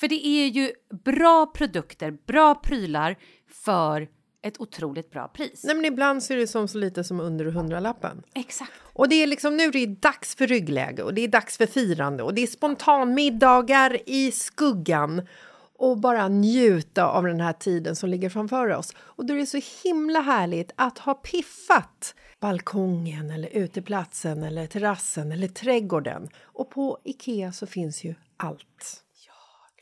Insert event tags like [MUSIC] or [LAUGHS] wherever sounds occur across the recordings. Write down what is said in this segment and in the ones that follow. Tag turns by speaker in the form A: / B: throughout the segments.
A: För det är ju bra produkter, bra prylar för ett otroligt bra pris.
B: Nej, men ibland så är det som så lite som under hundralappen.
A: Exakt.
B: Och det är liksom nu är det är dags för ryggläge och det är dags för firande och det är spontanmiddagar i skuggan och bara njuta av den här tiden som ligger framför oss. Och då är det så himla härligt att ha piffat balkongen eller uteplatsen eller terrassen eller trädgården. Och på Ikea så finns ju allt.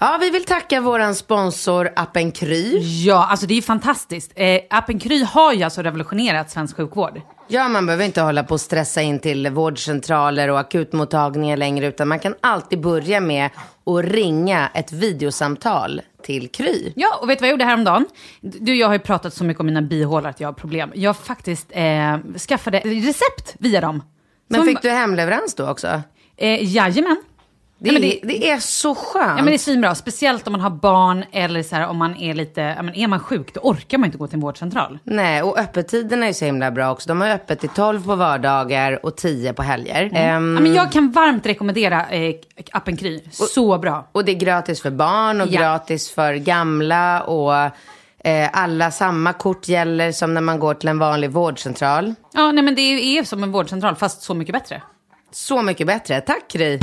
C: Ja, vi vill tacka våran sponsor Appen Kry.
D: Ja, alltså det är ju fantastiskt. Eh, appen Kry har ju alltså revolutionerat svensk sjukvård.
C: Ja, man behöver inte hålla på och stressa in till vårdcentraler och akutmottagningar längre, utan man kan alltid börja med att ringa ett videosamtal till Kry.
D: Ja, och vet du vad jag gjorde häromdagen? Du, jag har ju pratat så mycket om mina bihålor att jag har problem. Jag faktiskt eh, skaffade recept via dem.
C: Men
D: Som-
C: fick du hemleverans då också?
D: Eh, jajamän.
C: Det,
D: Ja,
C: är,
D: men
C: det,
D: det-
C: är så skönt.
D: Ja men det är svinbra, speciellt om man har barn eller så här, om man är lite, ja, men är man sjuk då orkar man inte gå till en vårdcentral.
C: Nej, och öppettiderna är så himla bra också. De har öppet till 12 på vardagar och 10 på helger. Ehm,
D: Ja, men jag kan varmt rekommendera eh, appen Kry, så bra.
C: Och det är gratis för barn och
D: Ja.
C: gratis för gamla och eh, alla samma kort gäller som när man går till en vanlig vårdcentral.
D: Ja nej men det är är som en vårdcentral fast så mycket bättre.
C: Så mycket bättre. Tack Kry.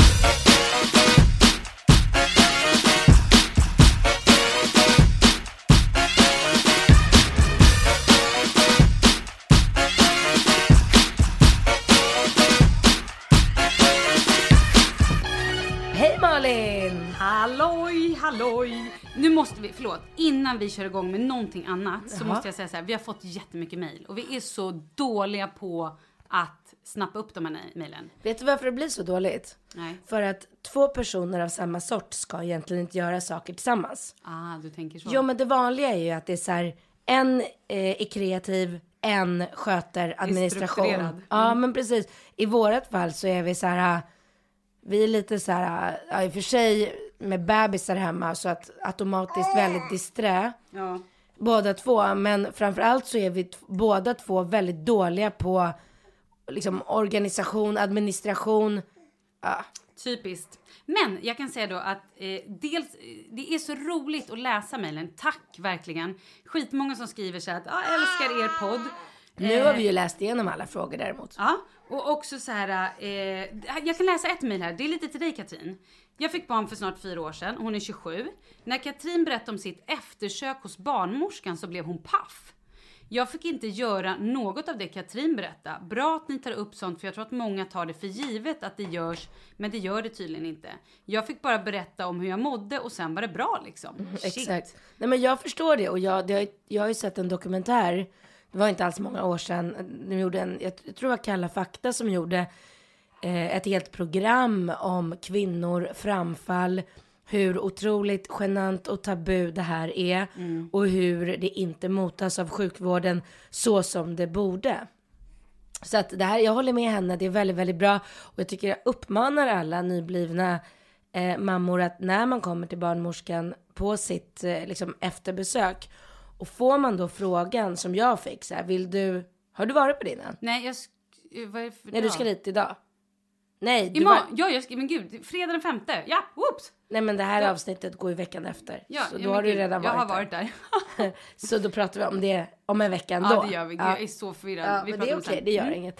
C: Hej Malin!
A: Halloj, halloj! Nu måste vi, förlåt, innan vi kör igång med någonting annat så måste jag säga så här, vi har fått jättemycket mejl och vi är så dåliga på att snappa upp de här ne- mejlen.
E: Vet du varför det blir så dåligt?
A: Nej.
E: För att två personer av samma sort ska egentligen inte göra saker tillsammans.
A: Ah, du tänker så.
E: Jo, men det vanliga är ju att det är så här, en eh, är kreativ, en sköter administration.
A: strukturerad. Mm.
E: Ja, men precis. I vårat fall så är vi så här, äh, vi är lite så här, äh, ja, i och för sig med bebisar hemma så att automatiskt väldigt disträ.
A: Ah. Ja.
E: Båda två, men framförallt så är vi t- båda två väldigt dåliga på liksom organisation, administration.
A: Typiskt. Men jag kan säga då att eh, dels, eh, det är så roligt att läsa mejlen. Tack verkligen. Skitmånga som skriver så här att "Ah, jag älskar er podd.
E: Nu har vi ju läst igenom alla frågor däremot.
A: Eh. Ja, och också så här, eh, jag kan läsa ett mejl här. Det är lite till dig Katrin. Jag fick barn för snart fyra år sedan, hon är 27. När Katrin berättade om sitt eftersök hos barnmorskan så blev hon paff. Jag fick inte göra något av det Katrin berättade. Bra att ni tar upp sånt för jag tror att många tar det för givet att det görs, men det gör det tydligen inte. Jag fick bara berätta om hur jag mådde och sen var det bra liksom. Shit.
E: Mm, Exakt. Nej men jag förstår det och jag, det har, ju- jag har ju sett en dokumentär, det var inte alls många år sedan, de gjorde en, jag tror det var Kalla fakta som gjorde eh, ett helt program om kvinnor, framfall, hur otroligt genant och tabu det här är och hur det inte motas av sjukvården så som det borde. Så att det här, jag håller med henne, det är väldigt, väldigt bra. Och jag tycker jag uppmanar alla nyblivna eh, mammor att när man kommer till barnmorskan på sitt eh, liksom, efterbesök och får man då frågan som jag fick så här, vill du, har du varit på din än?
A: Nej, jag... sk- eh, Vad är det för
E: Nej, du
A: dag?
E: ska dit idag. Nej, du var,
A: Imorgon? Ja, jag ska... Men gud, fredag den femte. Ja, whoops!
E: nej, men det här
A: Ja.
E: avsnittet går ju veckan efter.
A: Ja,
E: så
A: ja,
E: då
A: men
E: har du ju
A: gud,
E: redan
A: Jag
E: varit,
A: har varit där.
E: [LAUGHS] där. så då pratar vi om det om en vecka ändå.
A: Ja, det gör vi. Gud, Jag är så förvirrad.
E: Ja,
A: vi
E: men det
A: pratar
E: är
A: om
E: okej,
A: sen.
E: det gör
A: Mm.
E: inget.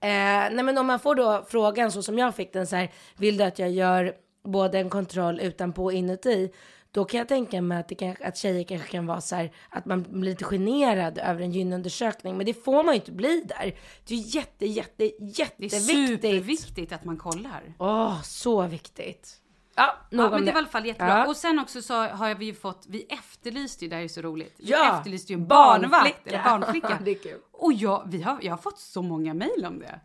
E: Eh, nej men om man får då frågan så som jag fick den så här, vill du att jag gör både en kontroll utanpå och inuti? Då kan jag tänka mig att, det kan, att tjejer kanske kan vara så här, att man blir lite generad över en gynundersökning, men det får man ju inte bli där. Det är ju jätte, jätte,
A: Det är
E: jätteviktigt.
A: superviktigt att man kollar.
E: Åh, så viktigt. Ja, nog
A: Ja,
E: om
A: men det
E: det.
A: var i alla fall jättebra.
E: Ja.
A: Och sen också så har vi ju fått, vi efterlyste ju, det här är så roligt. Vi
E: Ja,
A: efterlyste ju en
E: barnflicka.
A: barnvakt eller
E: [LAUGHS]
A: barnflicka.
E: Det är kul.
A: Och jag, vi har, jag har fått så många mejl om det.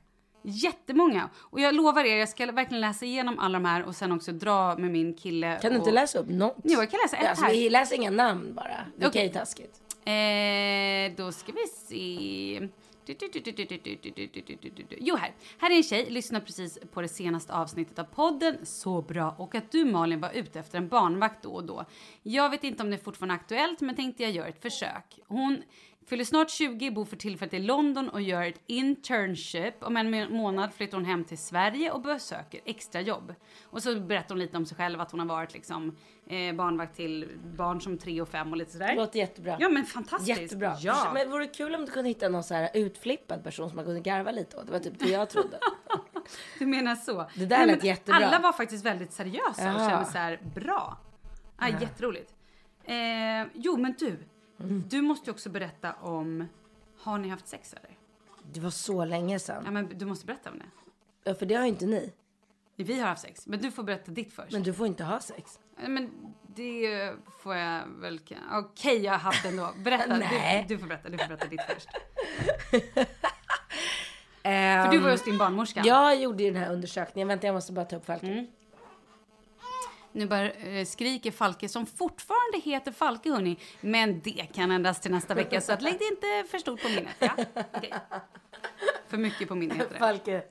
A: Jättemånga. Och jag lovar er, jag ska verkligen läsa igenom alla de här och sen också dra med min kille.
E: Kan du inte
A: och,
E: läsa upp något?
A: Jo, jag kan läsa ett
E: alltså,
A: här.
E: vi läser inga namn bara. Det kan
A: Okej.
E: ju vara taskigt.
A: Eh, då ska vi se. Du, du, du, du, du, du, du, du, du, du, du, du, du, du. Jo, här. Här är en tjej, lyssnar precis på det senaste avsnittet av podden. Så bra! Och att du Malin var ute efter en barnvakt då och då. Jag vet inte om det är fortfarande aktuellt, men tänkte jag gör ett försök. Hon fyller snart 20, bor för tillfället i London och gör ett internship. Om en månad flyttar hon hem till Sverige och besöker extrajobb. Och så berättar hon lite om sig själv, att hon har varit liksom eh, barnvakt till barn som 3 och 5 och lite sådär.
E: Det låter jättebra.
A: Ja men fantastiskt.
E: Jättebra.
A: Ja.
E: Men vore det kul om du kunde hitta någon så här utflippad person som man kunde garva lite åt. Det var typ det jag trodde.
A: [LAUGHS] Du menar så.
E: Det där
A: Nej,
E: lät
A: men
E: jättebra.
A: Alla var faktiskt väldigt seriösa och
E: Ja.
A: kände så här bra. Ah, Jätteroligt. Eh, jo men du.
E: Mm.
A: Du måste ju också berätta om, har ni haft sex eller?
E: Det var så länge
A: Ja
E: sedan.
A: men du måste berätta om det.
E: Ja, för det har ju inte ni.
A: Vi har haft sex, men du får berätta ditt
E: Men
A: först. Men,
E: du får inte ha sex.
A: Eh, men det får jag väl kan- Okej jag har haft ändå. Berätta.
E: Nej.
A: du, du får berätta, du får berätta ditt
E: [LAUGHS]
A: först. För du var just din barnmorska.
E: Ehm,
A: Mm.
E: Jag gjorde ju den här undersökningen. Vänta, jag måste bara ta upp Falken.
A: Nu bara eh, skriker Falke som fortfarande heter Falke hörni. Men det kan ändras till nästa vecka så att lägg det inte för stort på minnet. Ja? Okej. För mycket på minnet heter det.
E: Falke.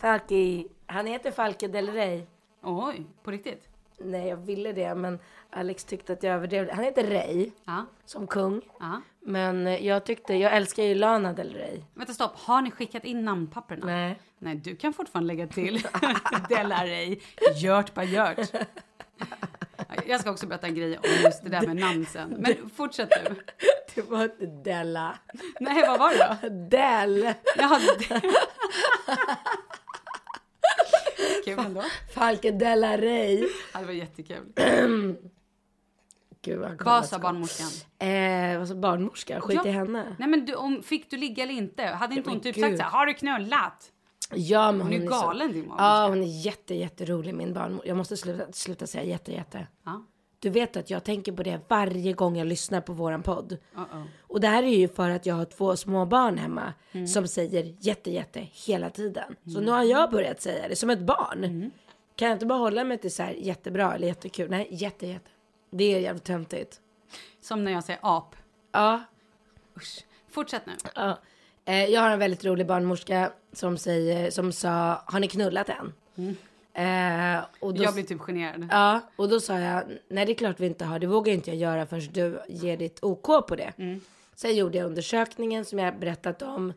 E: Falke. Han heter Falke Del Rey.
A: Oj, på riktigt?
E: Nej, jag ville det, men Alex tyckte att jag överdrev. det. Han heter Rey,
A: Ja.
E: som kung.
A: ja.
E: Men eh, jag tyckte, jag älskar ju Lana Del Rey.
A: Vänta stopp, har ni skickat in namnpapperna?
E: Nej.
A: Nej, du kan fortfarande lägga till [LAUGHS] Delary. Gjört bara gjort. Jag ska också berätta en grej om just det där med namn sen. Men fortsätt du.
E: [LAUGHS] Det var inte Della.
A: Nej, vad var det då?
E: Del.
A: Jaha, det... Kul ändå.
E: Falke Della Rey.
A: Ja, det var jättekul.
E: [CLEARS THROAT] Gud vad
A: Vad sa barnmorskan?
E: Eh, alltså barnmorska, skit i henne.
A: Nej men du, om, fick du ligga eller inte? Hade inte hon typ
E: gud.
A: sagt så här, har du knullat?
E: Ja, men
A: Hon är
E: så-
A: galen, din barnmorska.
E: Ja, hon är jätte, jätterolig min barnmorska. Jag måste sluta, sluta säga jätte, jätte.
A: Ja.
E: Du vet att jag tänker på det varje gång jag lyssnar på våran podd.
A: Uh-oh.
E: Och det här är ju för att jag har två små barn hemma
A: Mm.
E: som säger jätte, jätte hela tiden. Så nu har jag börjat säga det som ett barn.
A: Mm.
E: Kan jag inte bara hålla mig till så här jättebra eller jättekul? Nej, jätte, jätte. Det är jävligt töntigt.
A: Som när jag säger ap.
E: Ja.
A: Usch. Fortsätt nu.
E: Ja. Eh, jag har en väldigt rolig barnmorska som, säger, som sa, har ni knullat än?
A: Mm.
E: Eh, och då,
A: Jag blir typ generad.
E: Ja, och då sa jag, nej det är klart vi inte har, det vågar inte jag göra förrän du ger ditt OK på det. Sen gjorde jag undersökningen som jag berättat om.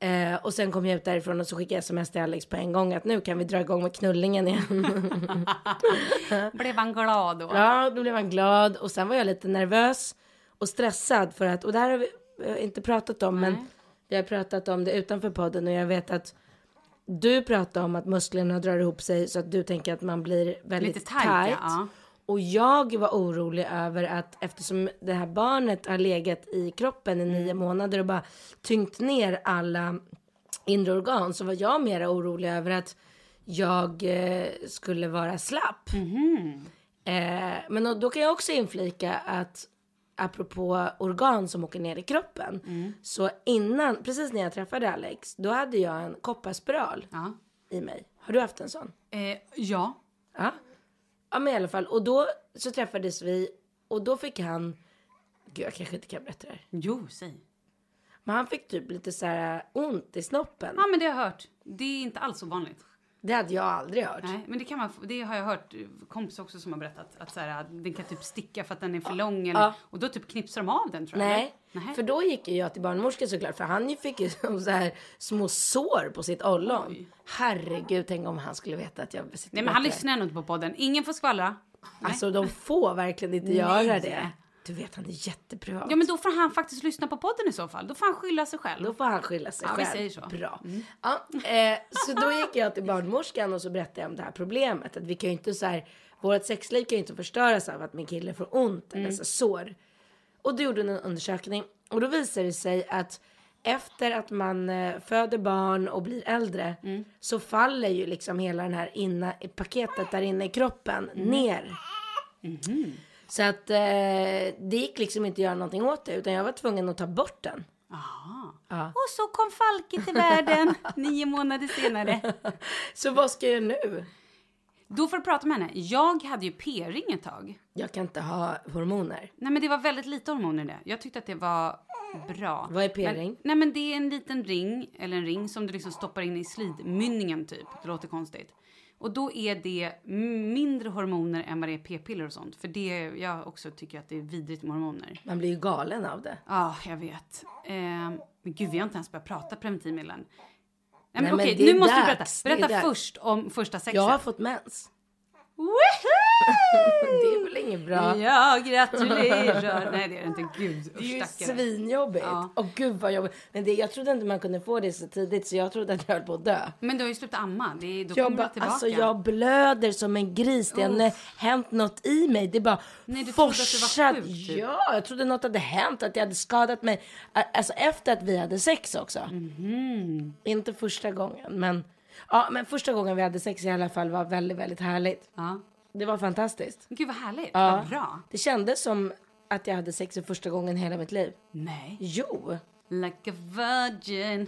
E: Eh, och sen kom jag ut därifrån och så skickade jag sms till Alex på en gång att nu kan vi dra igång med knullingen igen.
A: [LAUGHS] Blev han glad då?
E: Ja, då blev han glad och sen var jag lite nervös och stressad för att, och det här har vi eh, inte pratat om, men vi har pratat om det utanför podden och jag vet att du pratade om att musklerna drar ihop sig så att du tänker att man blir väldigt
A: Lite tajt, ja.
E: Och jag var orolig över att eftersom det här barnet har legat i kroppen i
A: Mm.
E: nio månader och bara tyngt ner alla inre organ så var jag mera orolig över att jag eh, skulle vara slapp. Eh, men då, då kan jag också inflika att apropå organ som åker ner i kroppen. Så innan, precis när jag träffade Alex, då hade jag en kopparspiral
A: Ja.
E: i mig. Har du haft en sån?
A: Eh, ja.
E: Ja. Ja men i alla fall. Och då så träffades vi och då fick han, gud jag kanske inte kan berätta det här.
A: Jo, säg.
E: Men han fick typ lite så här ont i snoppen.
A: Ja, men det har jag hört. Det är inte alls ovanligt.
E: Det hade jag aldrig hört.
A: Nej, men det, kan man, få- det har jag hört eh, kompisar också som har berättat. Att så här, den kan typ sticka för att den är för lång. Eller,
E: Ja.
A: Och då typ knipsar de av den tror jag.
E: Nej.
A: eller? Nej.
E: För då gick ju jag till barnmorskan såklart, för han ju fick ju [LAUGHS] som så här små sår på sitt ollon. Herregud, tänk om han skulle veta att jag sitter och
A: Nej, men han
E: berättar.
A: lyssnar ändå inte på podden. Ingen får skvallra. Nej.
E: Alltså de får verkligen inte
A: Nej.
E: göra det. Du vet, han är jätteprivat.
A: Ja, men då får han faktiskt lyssna på podden i så fall. Då får han skylla sig själv.
E: Då får han skylla sig
A: Ja, vi
E: själv.
A: säger så. Mm.
E: Bra. Ja, eh, så då gick jag till barnmorskan och så berättade jag om det här problemet. Att vi kan ju inte så här, vårt sexliv kan ju inte förstöras av att min kille får ont eller så sår. Och då gjorde hon en undersökning och då visade det sig att efter att man eh, föder barn och blir äldre så faller ju liksom hela den här inna, paketet där inne i kroppen ner. Mhm. Så att eh, det gick liksom inte att göra någonting åt det utan jag var tvungen att ta bort den.
A: Aha.
E: Ja.
A: Och så kom Falke
E: [LAUGHS]
A: till världen nio månader senare.
E: Så vad ska jag nu?
A: Då får du prata med henne. Jag hade ju p-ring ett tag.
E: Jag kan inte ha hormoner.
A: Nej, men det var väldigt lite hormoner i det. Jag tyckte att det var bra.
E: Vad är p-ring?
A: Men, nej, men det är en liten ring, eller en ring som du liksom stoppar in i slidmynningen typ. Det låter konstigt. Och då är det m- mindre hormoner än vad det är p-piller och sånt. För det, jag också tycker att det är vidrigt med hormoner.
E: Man blir ju galen av det.
A: Ja, jag vet. Ehm, men gud, vi har inte ens börjat prata preventivmedlen. Nej, men
E: Nej, men
A: okej,
E: det är
A: nu måste du berätta.
E: dags. Det är
A: Berätta
E: dags.
A: först om första sexet.
E: Jag har fått mens.
A: Woho!
E: [LAUGHS] Det är väl inget bra?
A: Ja, gratulerar. Nej, det är det inte. Gud,
E: Det är ju
A: usch, stackare.
E: svinjobbigt.
A: Ja.
E: Åh gud vad jobbigt. Men det, jag trodde inte man kunde få det så tidigt så jag trodde att jag höll på att dö.
A: Men du har ju slutat amma. Det är, då
E: Jag
A: kommer
E: bara,
A: du tillbaka.
E: alltså jag blöder som en gris. Det har ne- hänt något i mig. Det är bara
A: Nej, du trodde att du var
E: forsat.
A: sjuk, typ.
E: Ja, jag trodde något hade hänt. Att jag hade skadat mig. Ä- Alltså efter att vi hade sex också.
A: Mhm.
E: Inte första gången, men. Ja, men första gången vi hade sex i alla fall var väldigt, väldigt härligt.
A: Ja.
E: Det var fantastiskt.
A: Gud, vad härligt.
E: Ja.
A: Vad bra.
E: Det kändes som att jag hade sex för första gången i hela mitt liv.
A: Nej.
E: Jo.
A: Like a virgin.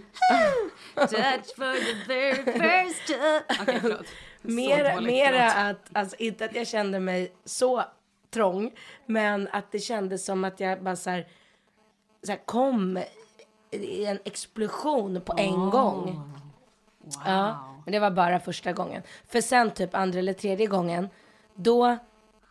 A: [LAUGHS] Touch for the very first time.
E: [LAUGHS]
A: Okej, förlåt. Så
E: Mer,
A: dåligt,
E: mera
A: förlåt.
E: att, alltså inte att jag kände mig så trång, men att det kändes som att jag bara så här, så här kom i en explosion på en gång.
A: Wow.
E: Ja, men det var bara första gången. För sen typ andra eller tredje gången, då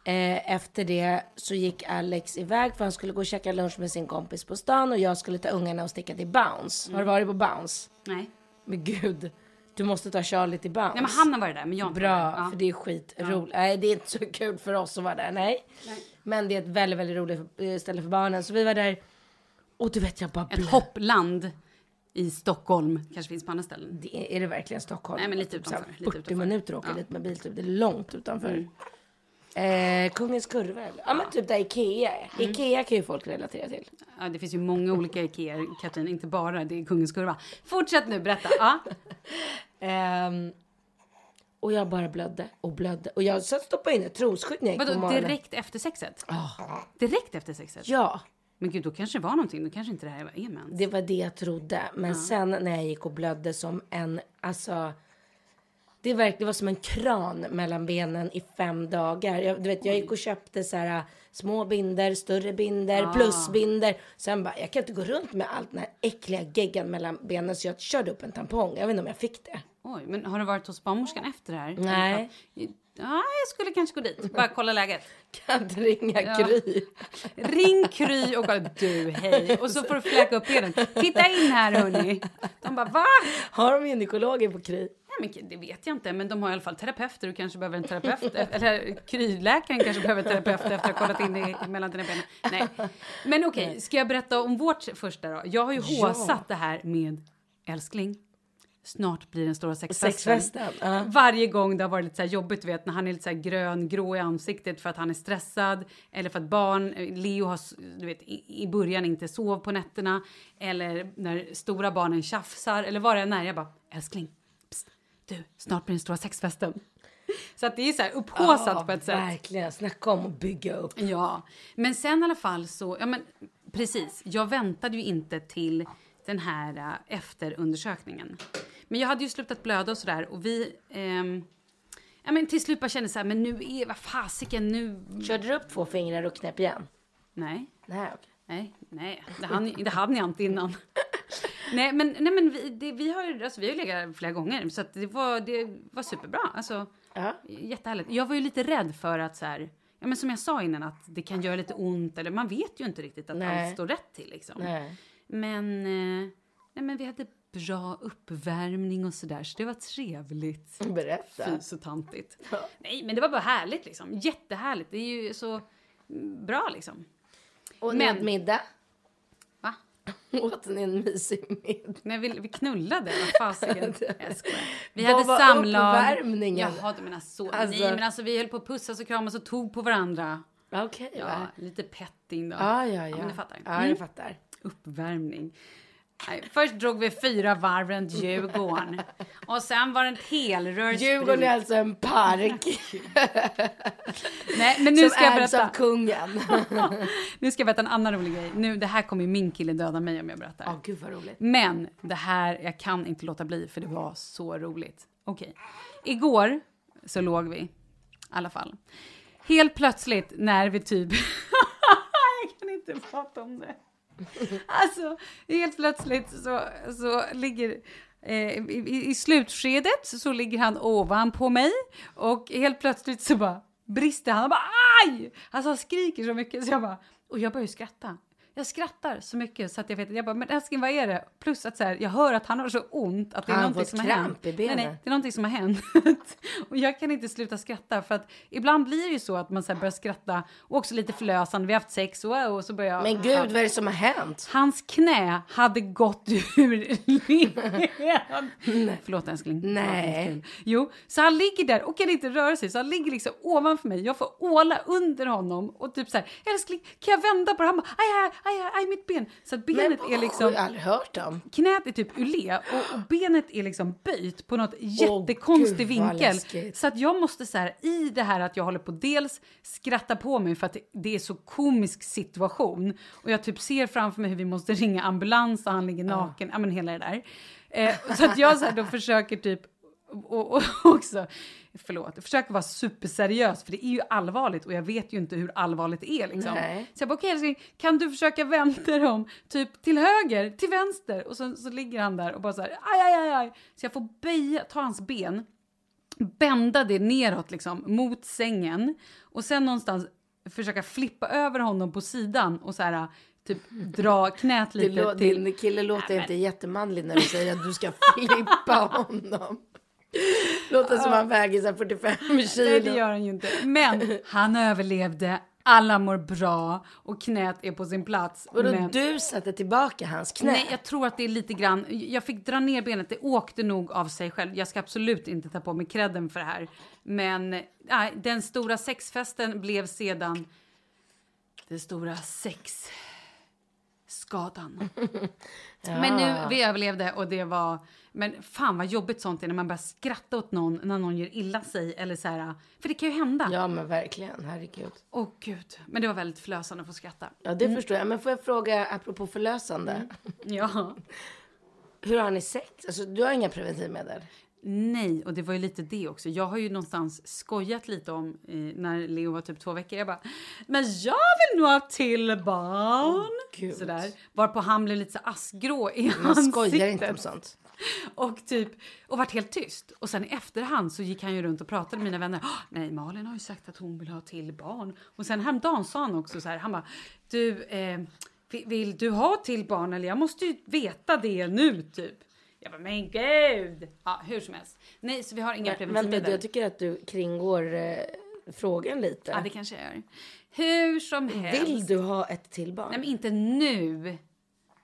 E: eh, efter det så gick Alex iväg för han skulle gå och käka lunch med sin kompis på stan och jag skulle ta ungarna och sticka till Bounce. Har du varit på Bounce?
A: Nej.
E: Men gud, du måste ta Charlie till Bounce.
A: Nej, men han har varit där, men jag har inte
E: Bra,
A: varit där. Ja.
E: för det är skitroligt. Nej, det är inte så kul för oss att vara där, nej. Men det är ett väldigt, väldigt roligt eh, ställe för barnen. Så vi var där och du vet jag bara
A: Ett hoppland i Stockholm. Kanske finns på andra ställen.
E: Det är, är det verkligen Stockholm?
A: Nej, men lite
E: Typ så
A: utanför,
E: här
A: lite
E: 40
A: utanför.
E: minuter åker
A: Ja. Mm.
E: dit med bil, typ. det är långt utanför. Eh, Kungens kurva eller? Ja, men typ där Ikea är.
A: Mm.
E: Ikea kan ju folk relatera till.
A: Ja, det finns ju många olika Ikea, Katrin. Inte bara det är Kungens Kurva. Fortsätt nu, berätta. Ja.
E: Ehm, Och jag bara blödde och blödde. Och jag sen stoppade in ett trosskydd när jag gick på
A: Vadå,
E: morgonen. Ah.
A: direkt efter sexet? Direkt efter sexet?
E: Ja.
A: Men gud, då kanske det var någonting. Då kanske inte det här är mens.
E: Det var det jag trodde. Men
A: Ja.
E: sen när jag gick och blödde som en, alltså. Det, verk, det var som en kran mellan benen i fem dagar. Jag, du vet, jag gick och köpte så här, äh, små binder, större binder,
A: Ah.
E: plusbinder. Sen bara, jag kan inte gå runt med allt den här äckliga geggan mellan benen. Så jag körde upp en tampong. Jag vet inte om jag fick det.
A: Oj, men har du varit hos barnmorskan efter det här?
E: Nej.
A: Ja, jag skulle kanske gå dit. Bara kolla läget.
E: Kan inte ringa Kry?
A: Ring Kry och kolla. Du, hej. Och så får du fläka upp benen. Titta in här, hörni. De bara, va?
E: Har de gynekologer på Kry?
A: Nej, men det vet jag inte, men de har i alla fall terapeuter. Du kanske behöver en terapeut. Eller kryläkaren kanske behöver en terapeut efter att ha kollat in i mellan dina ben. Nej. Men okej, ska jag berätta om vårt första då? Jag har ju
E: Ja.
A: håsat det här med älskling. Snart blir den stora sexfesten.
E: Sexfesten, ja.
A: Varje gång det har varit lite så här jobbigt, du vet, när han är lite så här grön, grå i ansiktet för att han är stressad eller för att barn, eh, Leo har, s- du vet, i, i början inte sov på nätterna eller när stora barnen tjafsar eller vad det än är. Jag bara, älskling, psst, du, snart blir den stora sexfesten. Så att det är så här upphaussat
E: Ja,
A: på ett sätt.
E: Verkligen, snacka om att bygga upp.
A: Ja, men sen i alla fall så, ja men precis, jag väntade ju inte till den här eh, efterundersökningen. Men jag hade ju slutat blöda och sådär och vi, ehm, ja men till slut bara kände så här, men nu är, vad fasiken nu,
E: Körde du upp två fingrar och knäpp igen?
A: nej.
E: Nej, okej.
A: Nej, nej, det hann, det hann jag
E: [LAUGHS]
A: inte innan. nej, men, nej, men vi, det, vi har ju alltså, vi har ju legat flera gånger, så att det, var, det var superbra. Alltså,
E: Ja.
A: Jättehärligt. Jag var ju lite rädd för att så här, ja, men som jag sa innan, att det kan göra lite ont. Eller man vet ju inte riktigt att
E: Nej.
A: allt står rätt till. Liksom.
E: Nej.
A: Men, eh, nej, men vi hade bra uppvärmning och sådär, så det var trevligt.
E: Berätta.
A: Fy så tantigt. Nej, men det var bara härligt liksom. Jättehärligt. Det är ju så mm, bra liksom.
E: Och
A: Men-
E: men middag?
A: Va?
E: Åt ni en mysig middag?
A: Nej, vi, vi knullade. Vad
E: [LAUGHS]
A: fasiken. Jag skojar. Vi
E: Vad
A: hade
E: var
A: samlag.
E: uppvärmningen?
A: Jaha, du menar så.
E: Alltså-
A: Nej, men alltså vi höll på att pussas och kramas och tog på varandra.
E: Okej,
A: Ja,
E: va?
A: lite petting då.
E: Ja, ja, ja.
A: men du fattar.
E: Ja,
A: Mm.
E: jag fattar.
A: Uppvärmning. Nej, först drog vi fyra varv runt Djurgården. Och sen var det ett helrörs...
E: Djurgården är alltså en park
A: Nej, men nu
E: som
A: ska jag
E: ägs
A: berätta.
E: av kungen.
A: nu ska jag berätta en annan rolig grej. Nu, det här kommer ju min kille döda mig om jag berättar.
E: Ja, gud vad roligt.
A: Men det här, jag kan inte låta bli för det var så roligt. Okej. Igår så låg vi, i alla fall. Helt plötsligt när vi typ... [LAUGHS] jag kan inte prata om det. Alltså, helt plötsligt så, så ligger... Eh, i- i, I slutskedet så ligger han ovanpå mig och helt plötsligt så bara brister han och bara aj! Alltså han skriker så mycket så jag bara... Och jag börjar ju skratta. Jag skrattar så mycket så att jag vet jag bara, men älskling vad är det? Plus att så här, jag hör att han har så ont att det är
E: Har han
A: någonting
E: fått
A: som har
E: kramp
A: hänt.
E: i benet?
A: Nej, nej, det är någonting som har hänt. [LAUGHS] och jag kan inte sluta skratta för att ibland blir det ju så att man så här börjar skratta och också lite förlösande. Vi har haft sex och, och så börjar jag...
E: Men gud, vad är det som har hänt?
A: Hans knä hade gått ur leden. Förlåt älskling. Det var
E: Nej.
A: inte kul. Jo, så han ligger där och kan inte röra sig. Så han ligger liksom ovanför mig. Jag får åla under honom och typ så här, älskling kan jag vända på det? Han bara, aj, aj, aj, aj mitt ben. Så att benet är
E: Jag har
A: liksom,
E: aldrig hört om.
A: knät är typ ulé och, och benet är liksom böjt på något
E: gud,
A: jättekonstig
E: vad
A: vinkel.
E: läskigt.
A: Så att jag måste så här, i det här att jag håller på dels skratta på mig för att det är så komisk situation och jag typ ser framför mig hur vi måste ringa ambulans och han ligger naken, ja men hela det där. Eh, så att jag så här
E: [LAUGHS]
A: då försöker typ och, [LAUGHS] och också, förlåt, jag försöker vara superseriös för det är ju allvarligt och jag vet ju inte hur allvarligt det är liksom.
E: Nej.
A: Så jag bara okej älskling, kan du försöka vända dig om typ till höger, till vänster? Och sen så ligger han där och bara så här aj, aj, aj, aj. Så jag får böja, ta hans ben bända det neråt liksom, mot sängen och sen någonstans försöka flippa över honom på sidan och så här typ dra knät
E: Det
A: lite
E: lå-
A: till.
E: Din kille låter inte jättemanlig när du säger att du ska [LAUGHS] flippa honom. Låter som han väger så här 45
A: Nej, det
E: kilo.
A: gör han ju inte. Men han överlevde, alla mår bra och knät är på sin plats.
E: Vadå,
A: men...
E: du satte tillbaka hans knä?
A: Nej, jag tror att det är lite grann. Jag fick dra ner benet. Det åkte nog av sig själv. Jag ska absolut inte ta på mig credden för det här. Men nej, den stora sexfesten blev sedan den stora sex...
E: [LAUGHS]
A: skadan. Men nu, vi överlevde och det var... Men fan vad jobbigt sånt är när man börjar skratta åt någon när någon gör illa sig eller så här. För det kan ju hända.
E: Ja men verkligen, herregud.
A: Åh gud. Men det var väldigt förlösande att få skratta.
E: Ja det förstår jag. Men får jag fråga, apropå förlösande.
A: Ja.
E: Hur har ni sex? Alltså du har inga preventivmedel?
A: Nej, och det var ju lite det också. Jag har ju någonstans skojat lite om eh, när Leo var typ två veckor. Jag bara, men jag vill nog ha till barn.
E: Gud.
A: Sådär. Varpå han blev lite så askgrå i
E: Man
A: ansiktet.
E: skojar inte om sånt.
A: Och typ, och vart helt tyst. Och sen i efterhand så gick han ju runt och pratade med mina vänner. "Åh, Nej, Malin har ju sagt att hon vill ha till barn. Och sen häromdagen sa han också så här, han bara, du, eh, vi- vill du ha till barn eller jag måste ju veta det nu typ. Jag bara, men gud! Ja, hur som helst. Nej, så vi har inga
E: Vänta,
A: preventivmedel.
E: jag tycker att du kringgår eh, frågan lite.
A: Ja, det kanske jag gör. Hur som helst.
E: Vill du ha ett till barn?
A: Nej, men inte nu.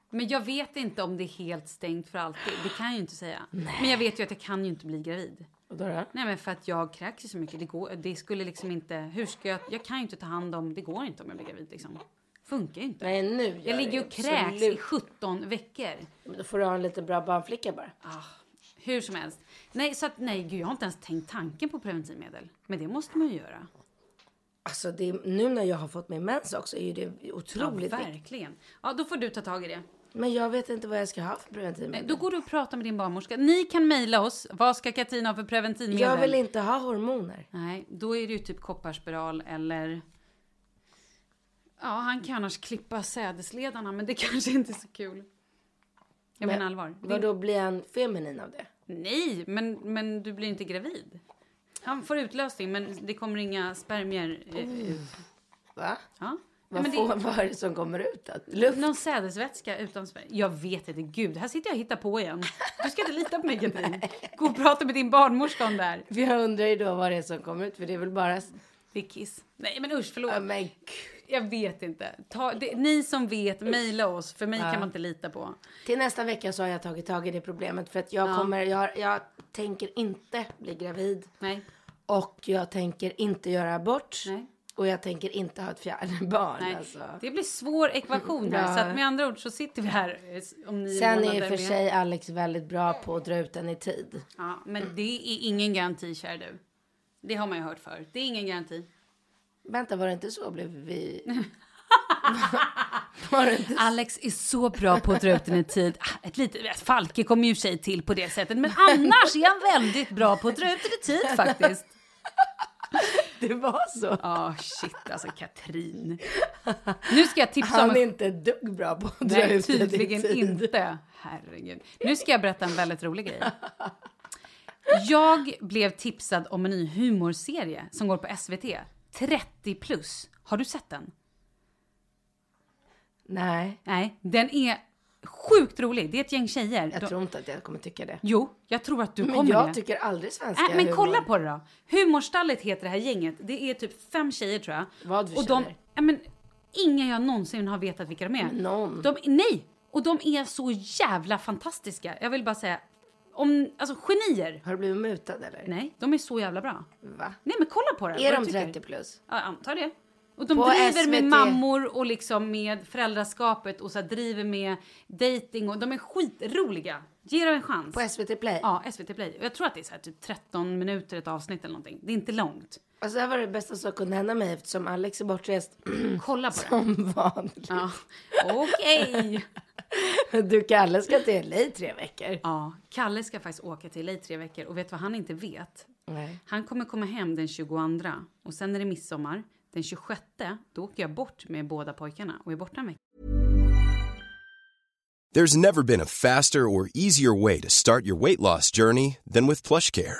A: Men jag vet inte om det är helt stängt för alltid. Det kan jag ju inte säga. Men jag vet ju att jag kan ju inte bli gravid.
E: Och då då?
A: Nej men för att jag kräks ju så mycket. Det, går, det skulle liksom inte... Hur ska jag... Jag kan ju inte ta hand om... Det går inte om jag blir gravid liksom. Funkar ju inte.
E: Nej, nu gör
A: jag ligger
E: det
A: och kräks i
E: absolut.
A: 17 veckor. Ah,
E: Men Då får du ha en liten bra barnflicka bara.
A: Hur som helst. Nej så att nej gud jag har inte ens tänkt tanken på preventivmedel. Men det måste man ju göra.
E: Alltså det, nu när jag har fått min mens också är ju det
A: Ja,
E: otroligt viktigt.
A: verkligen. Ja då får du ta tag i det.
E: Men jag vet inte vad jag ska ha för
A: Eh,
E: preventivmedel.
A: Då går du och pratar med din barnmorska. Ni kan mejla oss. Vad ska Katina ha för preventivmedel?
E: Jag vill inte ha hormoner.
A: Nej, då är det ju typ kopparspiral eller... Ja, han kan annars klippa sädesledarna, men det [LAUGHS] kanske inte är så kul. Jag menar allvar. Det-
E: Vad då blir en feminin av det?
A: Nej, men, men du blir inte gravid. Han får utlösning, men det kommer inga spermier eh, ut.
E: Va?
A: Ja. Nej,
E: Vad,
A: men
E: får,
A: det,
E: vad är det som kommer ut? Att luft?
A: någon sädesvätska utan spermier. Jag vet inte. Gud, här sitter jag och hittar på igen. Du ska inte lita på mig, Katrin. Gå och prata med din barnmorska om det här.
E: För jag undrar ju då vad det är som kommer ut för det är väl bara...
A: Det är kiss. Nej, men usch, förlåt.
E: Ja, men gud.
A: Jag vet inte. Ta, det, ni som vet, mejla oss. För mig kan man inte lita på.
E: Till nästa vecka så har jag tagit tag i det problemet för att jag kommer, jag, jag tänker inte bli gravid.
A: Nej.
E: Och jag tänker inte göra abort.
A: Nej.
E: Och jag tänker inte ha ett fjärde [LAUGHS] barn.
A: Nej.
E: Alltså.
A: Det blir svår ekvation här.
E: Ja.
A: Så att med andra ord så sitter vi här eh, s- om nio
E: Sen är
A: månader.
E: ju för
A: med-
E: sig Alex väldigt bra på att dra ut den i tid.
A: Ja, men det är ingen garanti, kära du. Det har man ju hört förut. Det är ingen garanti.
E: Vänta, var det inte så blev vi...
A: [LAUGHS]
E: var det inte...
A: Alex är så bra på att dra ut den i tid. Ah, Ett litet, ett Falke kommer ju sig till på det sättet. Men annars är han väldigt bra på att dra ut den i tid faktiskt.
E: [LAUGHS] Det var så.
A: Ja, shit alltså Katrin. Nu ska jag tipsa om...
E: Han
A: en-
E: är inte ett dugg bra på att dra
A: Nej,
E: ut den i tid.
A: tydligen inte. Herregud. Nu ska jag berätta en väldigt rolig grej. Jag blev tipsad om en ny humorserie som går på SVT. 30 plus. Har du sett den?
E: Nej,
A: Nej, den är sjukt rolig. Det är ett gäng tjejer.
E: jag
A: De-
E: tror inte att jag kommer tycka det.
A: Jo, jag tror att du
E: Men
A: kommer
E: jag
A: det.
E: tycker aldrig svenska
A: Äh, men
E: humor.
A: kolla på det då. Humorstallet heter det här gänget. Det är typ fem tjejer tror jag.
E: Vad för
A: och de,
E: tjejer?
A: äh, men Ingen jag någonsin har vetat vilka de är.
E: någon.
A: De, nej! Och de är så jävla fantastiska. Jag vill bara säga, om, alltså genier.
E: Har du blivit mutad eller?
A: Nej, de är så jävla bra.
E: Va?
A: Nej men kolla på det.
E: Är
A: vad
E: de
A: du tycker.
E: 30 plus?
A: Ja, antar det. Och de
E: På
A: driver med
E: SVT.
A: mammor och liksom med föräldraskapet och så här, driver med dating och de är skitroliga. Ge dem en chans.
E: På SVT Play?
A: Ja, SVT Play. Och Jag tror att det är så här, typ 13 minuter ett avsnitt eller någonting. Det är inte långt.
E: Alltså det här var det bästa som kunde hända mig eftersom Alex är bortrest
A: [CLEARS THROAT] Kolla på det.
E: som vanligt.
A: Ja. Okej.
E: [LAUGHS] Du Kalle ska till LA i tre veckor.
A: Ja, Kalle ska faktiskt åka till LA i tre veckor och vet vad han inte vet?
E: Nej.
A: Han kommer komma hem den 22 och sen är det midsommar. Den 26 då åker jag bort med båda pojkarna och är borta en vecka.
F: There's never been a faster or easier way to start your weight loss journey than with PlushCare.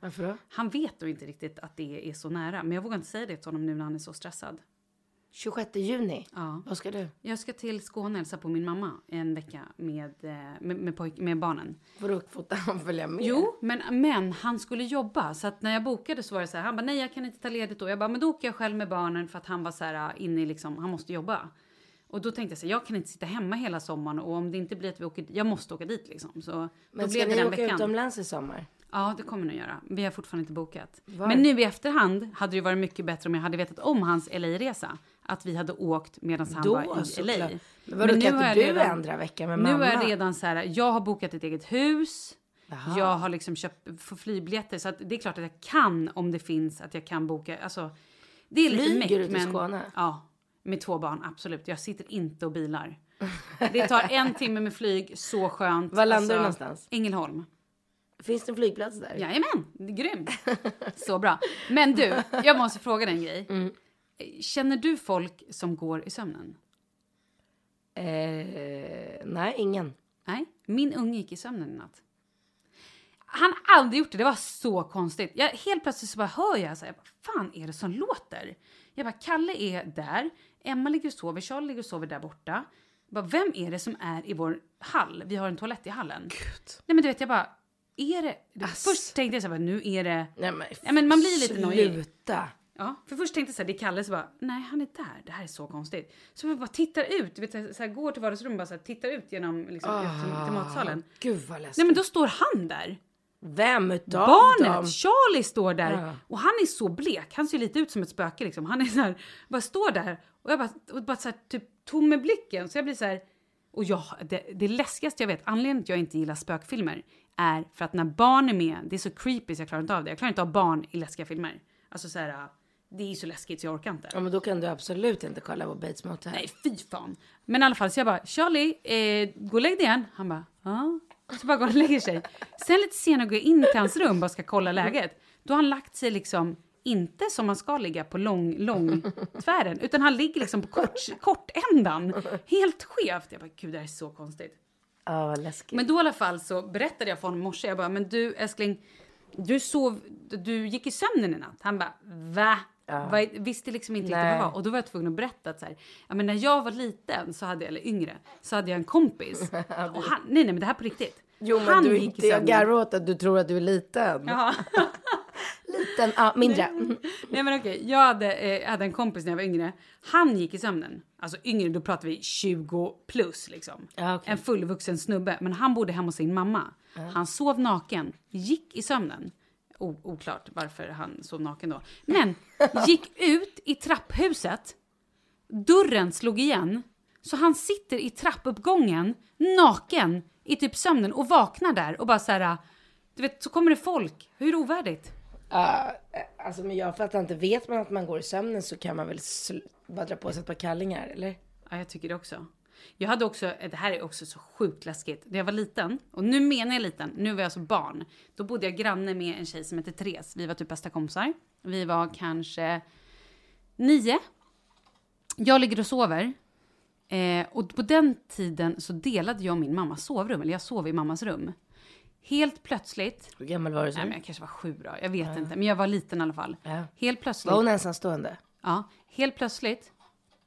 E: Varför då?
A: Han vet nog inte riktigt att det är så nära, men jag vågar inte säga det till honom nu när han är så stressad.
E: 26 juni.
A: Ja.
E: Vad ska du?
A: Jag ska till Skåne och hälsa på min mamma en vecka med, eh, med, med, pojk, med barnen.
E: Vadå, får han följa med?
A: Jo, men, men han skulle jobba. Så att när jag bokade så var det så här, han bara nej jag kan inte ta ledigt då. Jag bara, men då åker jag själv med barnen för att han var så här inne i liksom, han måste jobba. Och då tänkte jag så här, jag kan inte sitta hemma hela sommaren och om det inte blir att vi åker dit, jag måste åka dit liksom. Så
E: Men
A: då
E: ska
A: blev det
E: ni
A: den
E: åka
A: veckan.
E: utomlands i sommar?
A: Ja, det kommer nog göra. Vi har fortfarande inte bokat.
E: Var?
A: Men nu i efterhand hade det ju varit mycket bättre om jag hade vetat om hans LA-resa. Att vi hade åkt medan han
E: Då,
A: var i
E: såklart.
A: LA.
E: Men vadå, kan inte
A: jag
E: du ändra veckan med
A: nu
E: mamma?
A: är jag redan så här, jag har bokat ett eget hus. Jag har liksom köpt för flygbiljetter. Så att det är klart att jag kan om det finns att jag kan boka. Alltså, det är lite
E: Flyger
A: meck,
E: du till
A: men-
E: Skåne?
A: Ja, med två barn, absolut. Jag sitter inte och bilar. Det tar en timme med flyg, så skönt. Alltså,
E: Var landar du någonstans?
A: Ängelholm.
E: Finns det en flygplats där?
A: Jajamän, det är grymt. Så bra. Men du, jag måste fråga dig en grej.
E: Mm.
A: Känner du folk som går i sömnen?
E: Eh, nej, ingen.
A: Nej, min unge gick i sömnen i natt. Han har aldrig gjort det, det var så konstigt. Jag, helt plötsligt så bara hör jag så här, vad fan är det som låter? Jag bara, Kalle är där, Emma ligger och sover, Charlie ligger och sover där borta. Jag bara, vem är det som är i vår hall? Vi har en toalett i hallen. Nej men du vet, jag bara, är det... Först tänkte jag så här, bara, nu är det...
E: Nej, men,
A: Ja, men man blir lite
E: sluta.
A: nojig.
E: Sluta.
A: Ja, för först tänkte jag så här, det är Kalle, så bara, nej han är där, det här är så konstigt. Så jag bara tittar ut, du vet, så här, går till vardagsrummet och bara så här, tittar ut genom liksom, ut till, till matsalen.
E: Gud vad läskigt.
A: Nej men då står han där!
E: Vem utav
A: Barnet,
E: dem?
A: Charlie står där!
E: Ja.
A: Och han är så blek, han ser lite ut som ett spöke liksom. Han är så här, bara står där och jag bara, och bara så här, typ tom med blicken. Så jag blir så här, och jag, det, det läskigaste jag vet, anledningen till att jag inte gillar spökfilmer är för att när barn är med, det är så creepy så jag klarar inte av det. Jag klarar inte av barn i läskiga filmer. Alltså så här, det är så läskigt så jag orkar inte.
E: Ja, men då kan du absolut inte kolla på Bates Motel.
A: Nej, fy fan. Men i alla fall, så jag bara, Charlie, eh, gå och lägg dig igen. Han bara, ja. Så bara går han och lägger sig. Sen lite senare går jag in till hans rum och ska kolla läget. Då har han lagt sig liksom, inte som man ska ligga på lång, lång tvären, utan han ligger liksom på kort, kortändan. Helt skevt. Jag bara, gud det här är så konstigt.
E: Ja, vad läskigt.
A: Men då i alla fall så berättade jag för honom i morse. Jag bara, men du älskling, du sov, du gick i sömnen i natt. Han bara, va? Vad- Visste liksom inte riktigt vad
E: Nej.
A: det var. Och då var jag tvungen att berätta att så här, ja, men när jag var liten, så hade jag, eller yngre, så hade jag
E: [LAUGHS]
A: en kompis. Och han, nej, nej, men det här på riktigt.
E: Jo, men
A: han
E: du är inte... Jag garvar åt att du tror att du är liten. [LAUGHS]
A: Ja. [LAUGHS]
E: Liten, ja, mindre. [LAUGHS] Mm.
A: Nej men okej, jag hade, eh, hade en kompis när jag var yngre. Han gick i sömnen. Alltså yngre, då pratar vi 20 plus liksom.
E: Ja, okej.
A: En fullvuxen snubbe. Men han bodde hemma hos sin mamma. Han sov naken, gick i sömnen. O- oklart varför han sov naken då. Men gick ut i trapphuset. Dörren slog igen. Så han sitter i trappuppgången, naken, i typ sömnen och vaknar där och bara så här. "Ah, Du vet, så kommer det folk. Hur ovärdigt?
E: Ja, alltså, men jag fattar inte. Vet man att man går i sömnen så kan man väl sl- bara dra på sig ett par kallingar, eller?
A: Ja, jag tycker det också. Jag hade också, det här är också så sjukt läskigt. När jag var liten, och nu menar jag liten, nu var jag alltså barn. Då bodde jag granne med en tjej som hette Therese. Vi var typ bästa kompisar. Vi var kanske nio. Jag ligger och sover. Eh, och på den tiden så delade jag och min mammas sovrum, eller jag sov i mammas rum. Helt plötsligt,
E: Hur gammal var du?
A: nej men
E: Så?
A: jag kanske var sju då, jag vet inte, men jag var liten i alla fall.
E: Ja.
A: Helt plötsligt.
E: Var hon ensamstående?
A: Ja, helt plötsligt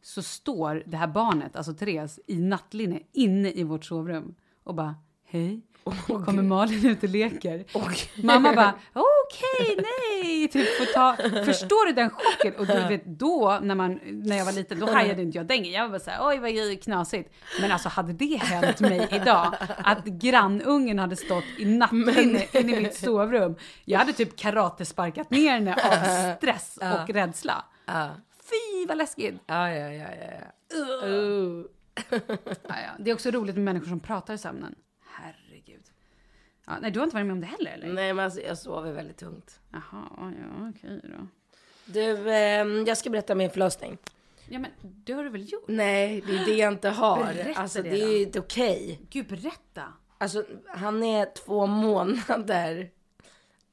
A: så står det här barnet, alltså Therese, i nattlinne inne i vårt sovrum och bara Hej, kommer Malin ut och leker? Mamma bara, åh okej, nej. Typ få ta, förstår du den chocken? Och du vet då, när, man, när jag var liten, då hajade inte jag dängen. Jag var bara såhär, oj vad knasigt. Men alltså hade det hänt mig idag, att grannungen hade stått i nattlinne inne i mitt sovrum. Jag hade typ karatesparkat ner henne av stress och rädsla. Fy vad läskigt.
E: Ja, ja, ja, ja. ja. [LAUGHS] Uh.
A: Ja, ja. Det är också roligt med människor som pratar i sömnen. Herregud. Ja, nej, du har inte varit med om det heller eller?
E: Nej, men alltså, jag sover väldigt tungt.
A: Jaha, ja okej då.
E: Du, ehm, jag ska berätta om min förlossning.
A: Ja men det har du väl gjort?
E: Nej, det är det jag inte har.
A: Berätta
E: alltså,
A: det
E: det,
A: då.
E: är inte okej. [LAUGHS]
A: Gud berätta!
E: Alltså, han är två månader.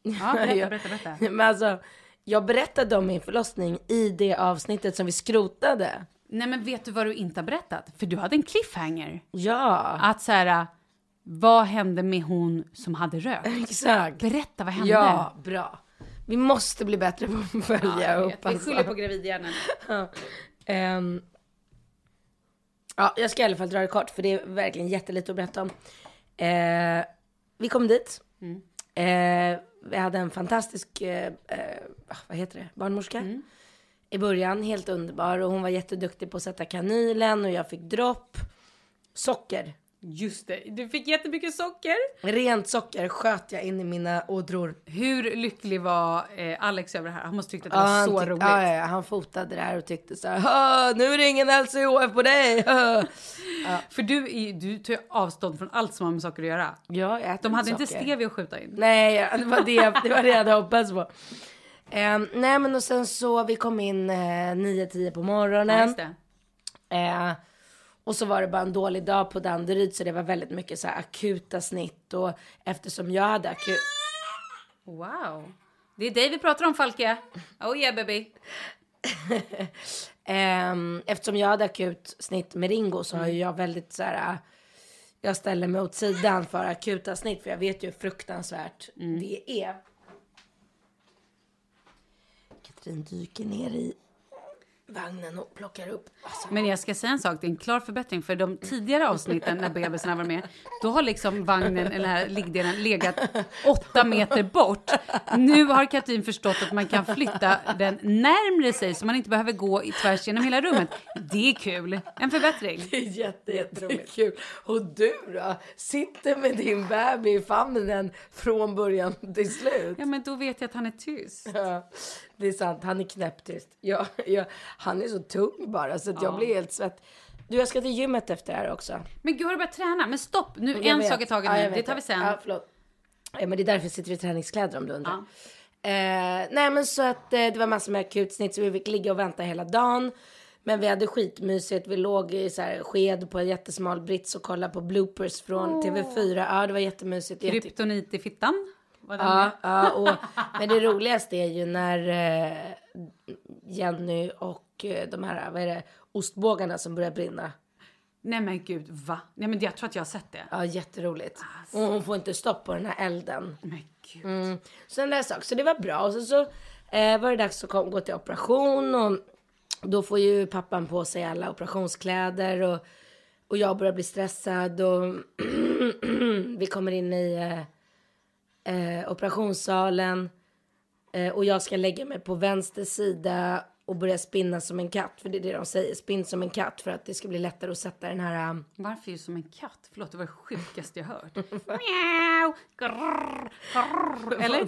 A: Ja, berätta, berätta, berätta.
E: Men alltså, jag berättade om min förlossning i det avsnittet som vi skrotade.
A: Nej men vet du vad du inte har berättat? För du hade en cliffhanger.
E: Ja,
A: Att så här, vad hände med hon som hade rökt?
E: exakt.
A: Berätta vad hände?
E: Ja, bra. Vi måste bli bättre på att följa
A: jag
E: upp. alltså.
A: vet. Vi skyller på gravidhjärnan.
E: Ehm, ja, jag ska i alla fall dra det kort för det är verkligen jättelite att berätta om. Eh, vi kom dit. Eh, vi hade en fantastisk, eh, eh, vad heter det, barnmorska. I början, helt underbar. Och hon var jätteduktig på att sätta kanylen och jag fick dropp. Socker.
A: Just det, du fick jättemycket socker.
E: Rent socker sköt jag in i mina ådror.
A: Hur lycklig var eh, Alex över det här? Han måste tyckt att det
E: Ja,
A: var
E: han
A: så
E: tyck-
A: roligt.
E: Ja, ja, ja, han fotade det här och tyckte så här, "Hö, nu är det ingen LCHF på dig. [LAUGHS] hö."
A: För du, är, ju- du tar ju avstånd från allt som har med saker att göra.
E: Ja, jag äter
A: De hade inte
E: socker.
A: stevia att skjuta in.
E: Nej, ja, det var det, jag- det, var
A: [LAUGHS]
E: det jag hade hoppats på. Ehm, nej, men och sen så, vi kom in eh, 9-10 på
A: Ja,
E: morgonen.
A: just det.
E: Eh, och så var det bara en dålig dag på Danderyd, så det var väldigt mycket så här akuta snitt. Och eftersom jag hade akut...
A: Wow. Det är dig vi pratar om, Falke. Oh yeah, baby.
E: Ehm, eftersom jag hade akut snitt med Ringo så har ju jag väldigt så här... Jag ställer mig åt sidan för akuta snitt för jag vet ju hur fruktansvärt det är. Katrin dyker ner i vagnen och plockar upp. Alltså,
A: Men jag ska säga en sak, det är en klar förbättring. För de tidigare avsnitten när bebisarna var med, då har liksom vagnen, eller den här liggdelen, legat åtta meter bort. Nu har Katrin förstått att man kan flytta den närmre sig så man inte behöver gå i tvärs genom hela rummet. Det är kul. En förbättring.
E: det är jätte, jättekul. Och du då? Sitter med din baby i famnen från början till slut.
A: Ja, men då vet jag att han är tyst.
E: Ja, det är sant. Han är knäpptyst. Ja, ja, han är så tung bara så att jag blir helt svett. Du, jag ska till gymmet efter det här också.
A: Men gud, har du börjat träna? Men stopp, nu
E: Jag
A: en
E: vet.
A: sak i taget
E: Ja,
A: nu.
E: jag
A: Det
E: vet
A: tar vi sen.
E: Ja, förlåt. Ja, men det är därför sitter vi i träningskläder om du undrar. Eh, nej, men så att eh, det var massor med akutsnitt så vi fick ligga och vänta hela dagen. Men vi hade skitmysigt. Vi låg i så här, sked på en jättesmal brits och kollade på bloopers från TV4. Ja, det var jättemysigt. Jätte-
A: Kryptonit i fittan? Var den
E: Ja,
A: med?
E: ja och, men det roligaste är ju när eh, Jenny och eh, de här, vad är det, ostbågarna som börjar brinna.
A: Nej men gud, va? Nej men jag tror att jag har sett det.
E: Ja, jätteroligt. Och hon får inte stopp på den här elden.
A: Men gud.
E: Mm. Så den där sak. Så det var bra. Och sen så eh, var det dags att kom, gå till operation och då får ju pappan på sig alla operationskläder och, och jag börjar bli stressad och [CLEARS THROAT] vi kommer in i eh, eh, operationssalen eh, och jag ska lägga mig på vänster sida och börja spinna som en katt. För det är det de säger, spinn som en katt för att det ska bli lättare att sätta den här
A: [LAUGHS]
E: eh,
A: Varför är du som en katt? Förlåt, det var det sjukaste
E: [LAUGHS]
A: jag hört. Miau, grrr, grrr. Eller?
E: [LAUGHS]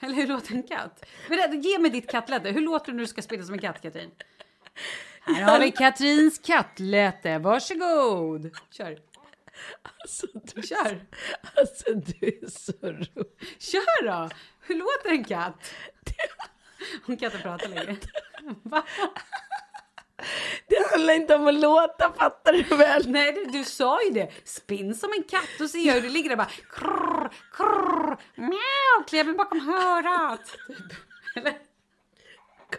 A: Eller hur låter en katt? Berätta, ge mig ditt kattläte. Hur låter du när du ska spela som en katt, Katrin? Här har
E: Alltså-
A: vi Katrins kattläte. Varsågod. Kör.
E: Alltså du,
A: Kör.
E: alltså du är så rolig.
A: Kör då! Hur låter en katt? Hon kan inte
E: [LAUGHS]
A: prata längre. Va?
E: Det handlar inte om att låta, fattar du väl?
A: Nej, du, du sa ju det. Spinn som en katt och ser jag hur du ligger där bara krrr, krrr, miau, kliar mig bakom örat. Typ. Eller?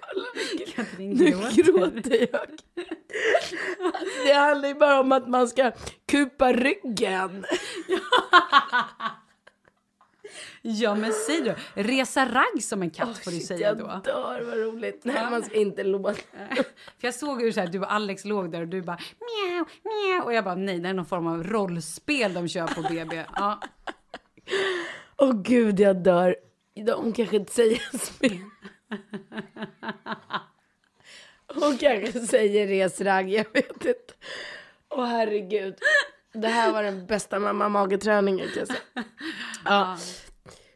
E: Kolla vilken...
A: Katrin
E: Nu
A: gråter.
E: gråter jag. Alltså, det handlar ju bara om att man ska kupa ryggen.
A: Ja, men säg då. Resa ragg som en katt får du
E: Shit,
A: säga
E: jag
A: då.
E: dör, vad roligt. Nej, man ska inte låta.
A: För jag såg hur så här, du och Alex låg där och du bara miau, miau. Och jag bara nej, det här är någon form av rollspel de kör på BB. Ja.
E: Åh gud, jag dör. De kanske inte säger så mycket. Hon kanske säger resragg, jag vet inte. Åh herregud. Det här var den bästa mamma mageträningen kan jag säga. Ja.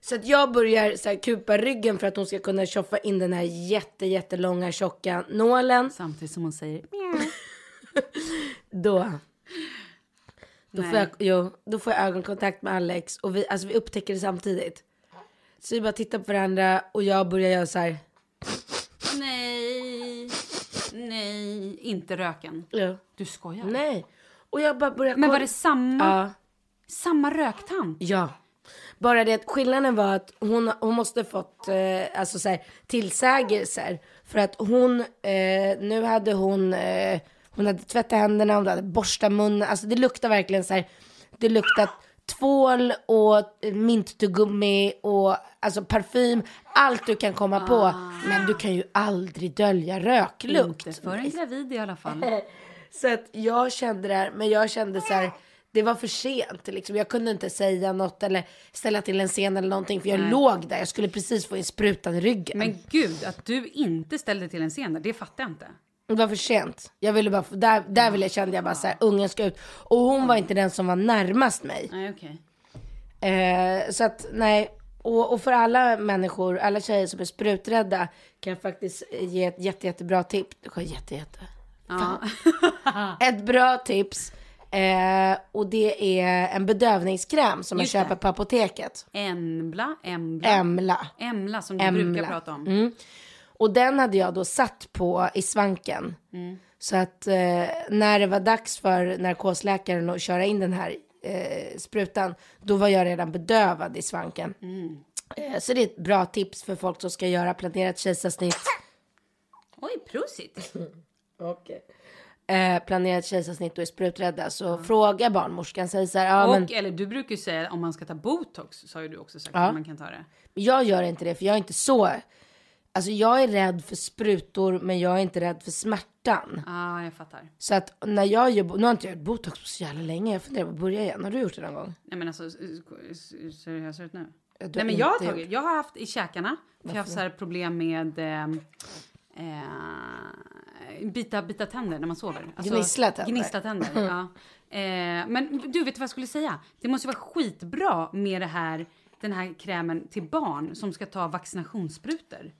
E: Så att jag börjar så här, kupa ryggen för att hon ska kunna tjoffa in den här jätte, jättelånga tjocka nålen.
A: Samtidigt som hon säger
E: Då. Då får,
A: Nej.
E: jag, jo, då får jag ögonkontakt med Alex och vi, alltså vi upptäcker det samtidigt. Så vi bara tittar på varandra och jag börjar göra så här.
A: nej, nej, inte röken.
E: Ja.
A: Du skojar?
E: Nej. Och jag bara börjar
A: Men
E: kolla-
A: var det samma,
E: Ja.
A: samma röktand?
E: Ja. Bara det att skillnaden var att hon, hon måste fått eh, alltså så här, tillsägelser. För att hon, eh, nu hade hon, eh, hon hade tvättat händerna, hon hade borstat munnen. Alltså det luktar verkligen så här, det luktar tvål och minttuggummi och alltså parfym. Allt du kan komma på. Men du kan ju aldrig dölja röklukt.
A: Inte för en gravid i alla fall.
E: Eh. Så att jag kände det här, men jag kände så här, det var för sent liksom. Jag kunde inte säga något eller ställa till en scen eller någonting för jag låg där. Jag skulle precis få in sprutan i ryggen.
A: Men gud, att du inte ställde till en scen där, det fattar jag inte.
E: Det var för sent. Jag ville bara, få- där, där ville jag kände jag bara så här, ungen ska ut. Och hon var inte den som var närmast mig.
A: Nej, okej.
E: Eh, så att nej. Och, och för alla människor, alla tjejer som är spruträdda kan jag faktiskt ge ett jätte, jättebra tips. Jätte, jätte.
A: [LAUGHS]
E: Fan. Ett bra tips. Eh, och det är en bedövningskräm som man
A: Just
E: köper
A: det.
E: på apoteket.
A: Embla, embla.
E: Emla.
A: Emla som du brukar prata om.
E: Mm. Och den hade jag då satt på i svanken. Så att eh, när det var dags för narkosläkaren att köra in den här eh, sprutan, då var jag redan bedövad i svanken. Eh, så det är ett bra tips för folk som ska göra planerat kejsarsnitt.
A: Oj, prosit.
E: Eh, planerat kejsarsnitt och är spruträdda. Så fråga barnmorskan, säg så här, ja men
A: Och, eller du brukar ju säga om man ska ta botox, så har ju du också sagt
E: Ja.
A: att man kan ta det.
E: jag gör inte det för jag är inte så. Alltså jag är rädd för sprutor men jag är inte rädd för smärtan.
A: Ja, jag fattar.
E: Så att när jag gör, nu har inte jag gjort botox på så jävla länge, jag funderar på att börja igen. Har du gjort det någon gång?
A: Nej men alltså, s- s- s- ser det här så ut nu?
E: Ja, du
A: Nej
E: har
A: men jag har
E: inte
A: tagit, jag har haft i käkarna, för jag har haft så här problem med eh, eh, bita, bita tänder när man sover. Alltså,
E: Gnissla tänder.
A: Gnissla tänder,
E: [LAUGHS]
A: ja. Eh, men du, vet du vad jag skulle säga? Det måste ju vara skitbra med det här, den här krämen till barn som ska ta vaccinationssprutor.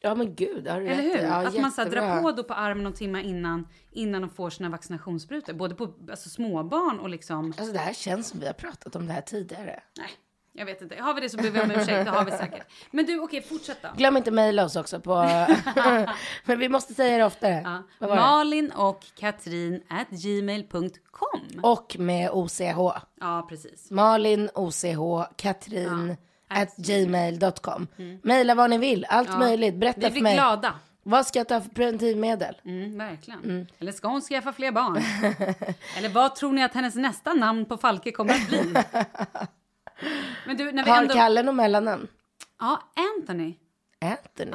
E: Ja men gud, det har du
A: Eller
E: rätt
A: hur?
E: i. Ja,
A: att man så här,
E: jättebra.
A: drar på då på armen någon timme innan, innan de får sina vaccinationssprutor. Både på alltså, småbarn och liksom...
E: Alltså det här känns som vi har pratat om det här tidigare.
A: Nej, jag vet inte. Har vi det så ber vi om ursäkt. Det har vi säkert. Men du, okej, fortsätt då.
E: Glöm inte mejla oss också på...
A: [LAUGHS]
E: [LAUGHS] men vi måste säga det oftare.
A: Ja.
E: Vad var det?
A: Malin och Katrin at gmail.com.
E: Och med OCH.
A: Ja, precis.
E: Malin OCH Katrin at gmail.com. Mejla vad ni vill, allt möjligt.
A: Mm. Vi
E: Berätta för
A: blir
E: mig.
A: glada.
E: Vad ska jag ta för preventivmedel?
A: Mm, verkligen. Eller ska hon skaffa
E: [LAUGHS]
A: fler barn? Eller vad tror ni att hennes nästa namn på Falke kommer
E: [LAUGHS]
A: att bli? Men du, när vi
E: Har
A: ändå...
E: Kalle något mellannamn?
A: Ja, Anthony.
E: Anthony?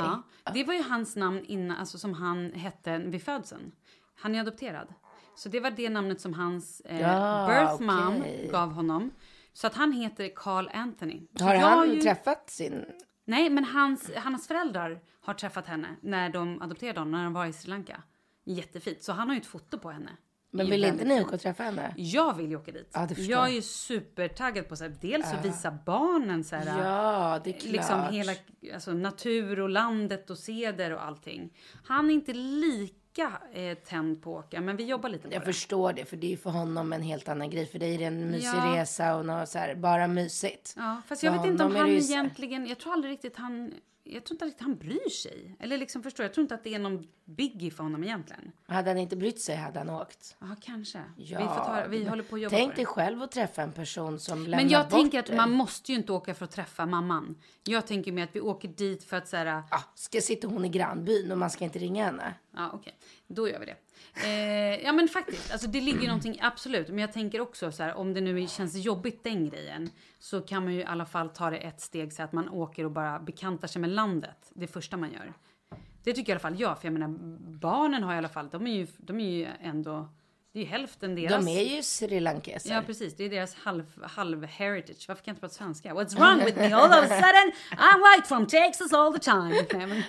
A: Ja, det var ju hans namn innan, alltså som han hette vid födseln. Han är adopterad. Så det var det namnet som hans eh,
E: Ja,
A: birth mom
E: okej.
A: gav honom. Så att han heter Carl Anthony. Så
E: Har
A: jag
E: han
A: ju-
E: träffat sin...
A: Nej, men hans, hans föräldrar har träffat henne när de adopterade honom, när de var i Sri Lanka. Jättefint. Så han har ju ett foto på henne.
E: Men
A: Det är
E: vill
A: ju
E: inte
A: väldigt
E: ni
A: fint.
E: åka och träffa henne?
A: Jag vill ju åka dit.
E: Ja, det förstår
A: jag är
E: jag.
A: ju supertaggad på så här, dels att visa barnen så här,
E: Ja, det är klart.
A: liksom hela alltså, natur och landet och seder och allting. Han är inte lika eh, tänd på att åka, men vi jobbar lite på
E: Jag
A: det.
E: förstår det, för det är ju för honom en helt annan grej. För dig är det en mysig
A: Ja.
E: resa och något så här, bara mysigt.
A: Ja, fast
E: För
A: jag vet inte om
E: honom är
A: han
E: det ju så-
A: egentligen, jag tror aldrig riktigt han, jag tror inte riktigt han bryr sig. Eller liksom förstår, jag jag tror inte att det är någon biggie för honom egentligen.
E: Hade han inte brytt sig hade han åkt.
A: Ja, kanske.
E: Ja,
A: vi får ta, vi
E: men
A: håller på att jobba
E: Tänk
A: på det.
E: dig själv att träffa en person som lämnar
A: Men jag
E: bort
A: tänker att
E: dig.
A: man måste ju inte åka för att träffa mamman. Jag tänker mer att vi åker dit för att så här,
E: Ja, ska sitta hon i grannbyn och man ska inte ringa henne.
A: Ja, okej. Då gör vi det. Eh, ja, men faktiskt. Alltså, det ligger ju någonting, absolut. Men jag tänker också så här, om det nu känns jobbigt den grejen, så kan man ju i alla fall ta det ett steg så att man åker och bara bekantar sig med landet. Det första man gör. Det tycker i alla fall jag, för jag menar barnen har i alla fall, de är ju, de är ju ändå Det är ju hälften deras.
E: De är ju srilankeser.
A: Ja precis, det är deras halv, halv heritage. Varför kan jag inte prata svenska? What's wrong with me? All of a sudden I'm white from Texas all the time. Nej, men,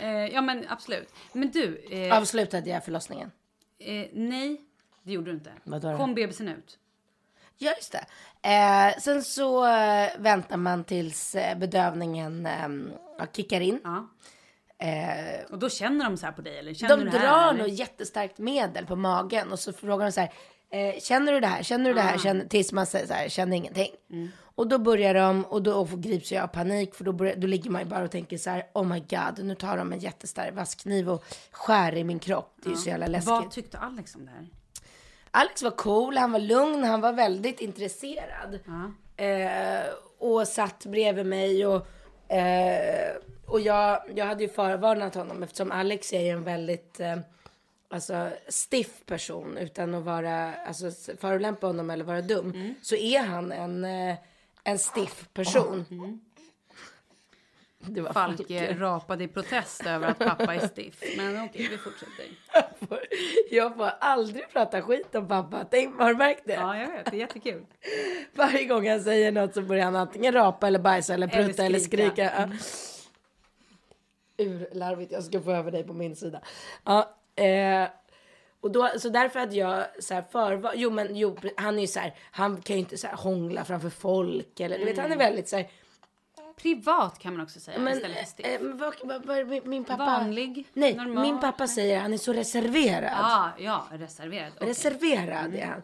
A: eh, ja men absolut. Men du, eh,
E: Avslutade jag förlossningen?
A: eh, nej det gjorde du inte.
E: Vadå då?
A: Kom bebisen ut?
E: Ja, just det. Eh, sen så eh, väntar man tills eh, bedövningen eh, ja, kickar in.
A: Ja.
E: Eh,
A: Och då känner de så här på dig eller? Känner
E: de
A: du det här,
E: drar
A: eller?
E: något jättestarkt medel på magen och så frågar de så här, eh, känner du det här, känner du det
A: Ah.
E: här, känner, tills man säger så här, känner ingenting.
A: Mm.
E: Och då börjar de, och då grips jag av panik, för då, börjar, då ligger man ju bara och tänker så här, oh my god, nu tar de en jättestark vasskniv och skär i min kropp. Det är ju så jävla läskigt.
A: Mm. Vad tyckte Alex om det här?
E: Alex var cool, han var lugn, han var väldigt intresserad. Eh, och satt bredvid mig och, eh, och jag, jag hade ju förvarnat honom eftersom Alex är ju en väldigt eh, alltså, stiff person utan att vara, alltså s- förolämpa honom eller vara dum. Så är han en, eh, en stiff person. Det var
A: Falke rapade i protest över att pappa är stiff. Men okej, vi fortsätter.
E: [LAUGHS] Jag får aldrig prata skit om pappa, Tänk, har du märkt det?
A: Ja, jag vet. Det är jättekul.
E: Varje gång han säger något så börjar han antingen rapa eller bajsa eller
A: Eller
E: prutta eller
A: skrika.
E: skrika. Ja. Urlarvigt, jag ska få över dig på min sida. Ja, eh, och då, så därför hade jag så här förvar... Jo men jo, han är ju så här, han kan ju inte så här hångla framför folk eller du vet han är väldigt så här,
A: Privat kan man också säga
E: men,
A: istället för stiff.
E: eh, men vad, vad, vad, min- min pappa...
A: Vanlig,
E: Nej,
A: normal.
E: min pappa säger han är så reserverad.
A: Ah, ja, reserverad. Okej. Mm.
E: Reserverad är han.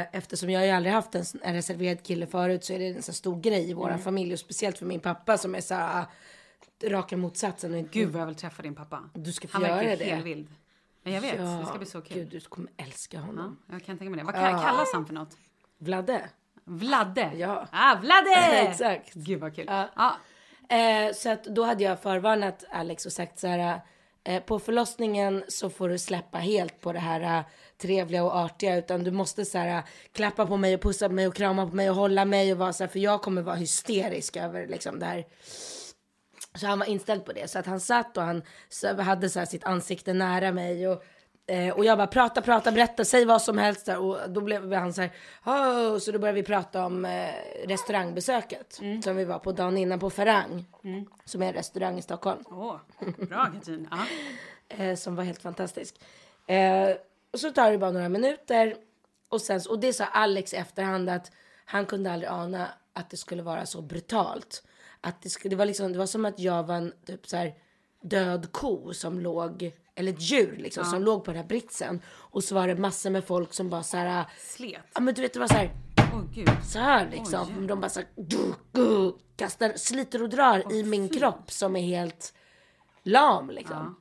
E: Eh, Eftersom jag ju aldrig haft en, sån- en reserverad kille förut så är det en så stor grej i våra
A: Mm.
E: familj och speciellt för min pappa som är så här, ah, raka motsatsen. Och inte,
A: Gud vad jag vill träffa din pappa.
E: Du ska få
A: Han
E: göra
A: verkar
E: det.
A: helt vild. Men jag vet, det ska bli så kul.
E: Gud, du kommer älska honom.
A: Ja, jag kan tänka mig det. Vad kan- kallas han för något?
E: Vladde.
A: Vladde?
E: Ja.
A: Ah, Vladde!
E: [LAUGHS] Exakt.
A: Gud vad kul.
E: Ja.
A: Ah,
E: Eh, så att då hade jag förvarnat Alex och sagt så här. Eh, på förlossningen så får du släppa helt på det här eh, trevliga och artiga. Utan du måste så här eh, klappa på mig och pussa på mig och krama på mig och hålla mig och vara så här. För jag kommer vara hysterisk över liksom det här. Så han var inställd på det. Så att han satt och han så- hade så här sitt ansikte nära mig. Och, eh, och jag bara prata, prata, berätta, säg vad som helst. där. Och då blev han så här. "Åh", Så då började vi prata om eh, restaurangbesöket. Som vi var på dagen innan på Ferrang. Som är en restaurang i Stockholm.
A: åh, bra Katrin. Ah.
E: Eh, som var helt fantastisk. Eh, och så tar det bara några minuter. Och, sen, och det sa Alex i efterhand att han kunde aldrig ana att det skulle vara så brutalt. Att det, skulle, det, var, liksom, det var som att jag var en typ så här, död ko som låg, eller ett djur liksom, som låg på den här britsen. Och så var det massor med folk som bara så här,
A: Slet.
E: ja men du vet det var så här,
A: Åh gud.
E: så här liksom. de bara så här, du, du, kastar, sliter och drar i min kropp som är helt lam liksom.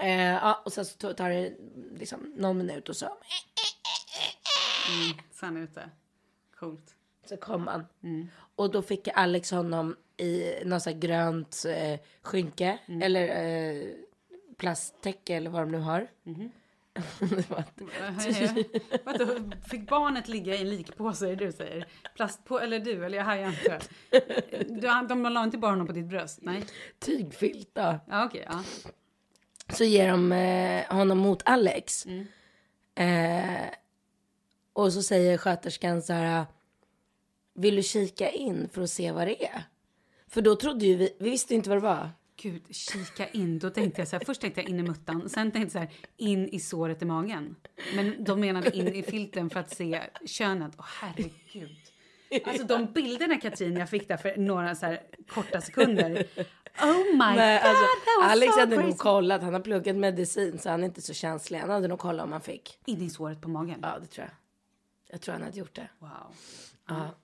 E: Eh, ja, och sen så to- tar det liksom någon minut och så,
A: Sen ute. Coolt.
E: så kom han. Och då fick Alex honom i något så här grönt eh, skynke eller eh, plasttäcke eller vad de nu har. [LAUGHS] Det var-
A: Vadå, fick barnet ligga i en likpåse är det du säger? Plastpå... Eller du, eller jag hajar inte. Du, de la inte bara honom på ditt bröst? Nej?
E: Tygfilt då.
A: Ja, okej. ja.
E: så ger de eh, honom mot Alex.
A: Mm.
E: Eh, och så säger sköterskan så här, vill du kika in för att se vad det är? För då trodde ju vi, vi visste ju inte vad det var.
A: Gud, kika in. Då tänkte jag så här, först tänkte jag in i muttan, sen tänkte jag så här, in i såret i magen. Men de menade in i filten för att se könet. Åh herregud. Alltså de bilderna Katrin jag fick där för några så här korta sekunder. Oh my
E: Nej,
A: god,
E: alltså,
A: that was
E: Alex
A: so
E: hade
A: crazy.
E: nog kollat, han har pluggat medicin så han är inte så känslig. Han hade nog kollat om han fick.
A: In i såret på magen.
E: Ja, det tror jag. Jag tror han hade gjort det.
A: Wow.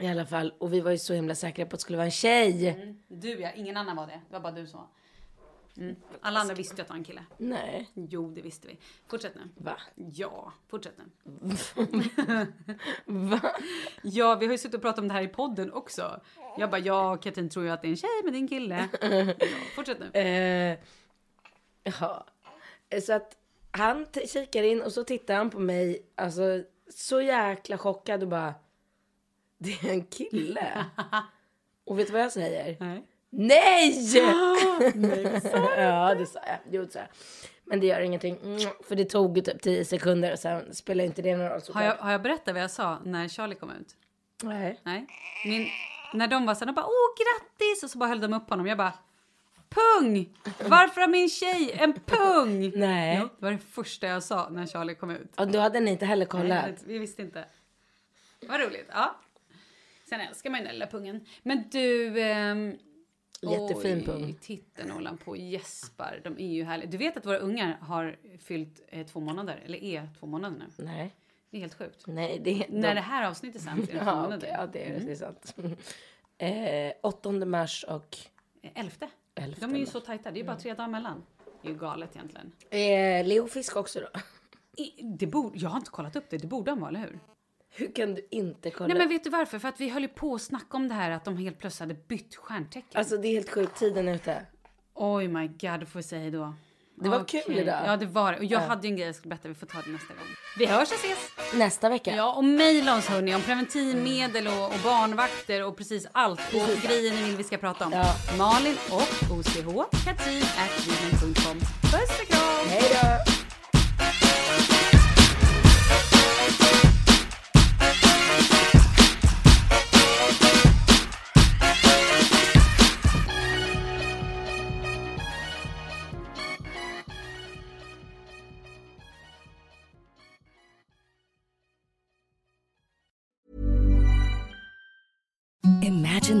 E: I alla fall, och vi var ju så himla säkra på att det skulle vara en tjej.
A: Mm. Du ja, ingen annan var det. Det var bara du som var. Mm. Alla andra visste ju att det var en kille.
E: Nej,
A: Jo, det visste vi. Fortsätt nu.
E: va?
A: Ja, fortsätt nu.
E: Va?
A: Ja, vi har ju suttit och pratat om det här i podden också. Jag bara, ja, Katrin tror ju att det är en tjej, men det är en kille. Ja, fortsätt nu.
E: Eh, ja. Eh, Så att han t- kikar in och så tittar han på mig, alltså så jäkla chockad och bara. Det är en kille. och vet du vad jag säger?
A: Nej.
E: [LAUGHS] Nej! ja, det sa jag. Jo, det sa jag. Men det gör ingenting, mm, för det tog ju typ 10 sekunder och sen spelar inte det någon roll
A: [GASPS] Har jag,
E: såklart.
A: har jag berättat vad jag sa när Charlie kom ut?
E: Nej.
A: Nej. Min, när de var så här, de bara åh grattis och så bara höll de upp honom. Jag bara pung! Varför har min tjej en pung?
E: Nej.
A: Jo, det var det första jag sa när Charlie kom ut.
E: Och då hade ni inte heller kollat.
A: Nej, vi visste inte. Vad roligt. Ja. Sen älskar man ju den lilla pungen. Men du... ehm,
E: Jättefin
A: oj,
E: pung.
A: Titta Nolan på Jesper. De är ju härliga. Du vet att våra ungar har fyllt eh, två månader, eller är två månader nu.
E: Nej.
A: Det är helt sjukt.
E: Nej, det...
A: När det här avsnittet
E: [LAUGHS]
A: sänds är det två
E: Ja,
A: månader.
E: okej, ja det, är, det är sant. [LAUGHS] eh, 8 mars och
A: Eh, Elfte.
E: Elfte
A: De är ju
E: mars. Mm.
A: så tajta. Det är ju bara tre dagar mellan. Det är ju galet egentligen.
E: eh, Leo Fisk också då. [LAUGHS]
A: I- Det borde, jag har inte kollat upp det. Det borde han vara, eller hur?
E: Hur kan du inte kolla?
A: Nej, men vet du varför? För att vi höll ju på att snacka om det här att de helt plötsligt hade bytt stjärntecken.
E: Alltså det är helt sjukt, tiden är ute.
A: Oj my god, då får vi säga hejdå.
E: Det var kul idag.
A: Ja, det var det. Och jag hade ju en grej jag skulle berätta. Vi får ta det nästa gång. Vi hörs och ses!
E: Nästa vecka.
A: Ja, och mejla oss hörni om preventivmedel och, och barnvakter och precis allt. Och grejer ni vill vi ska prata om.
E: Ja.
A: Malin och OCH, Katrin at gmail.com. Puss och kram!
E: Hej då!
G: Imagine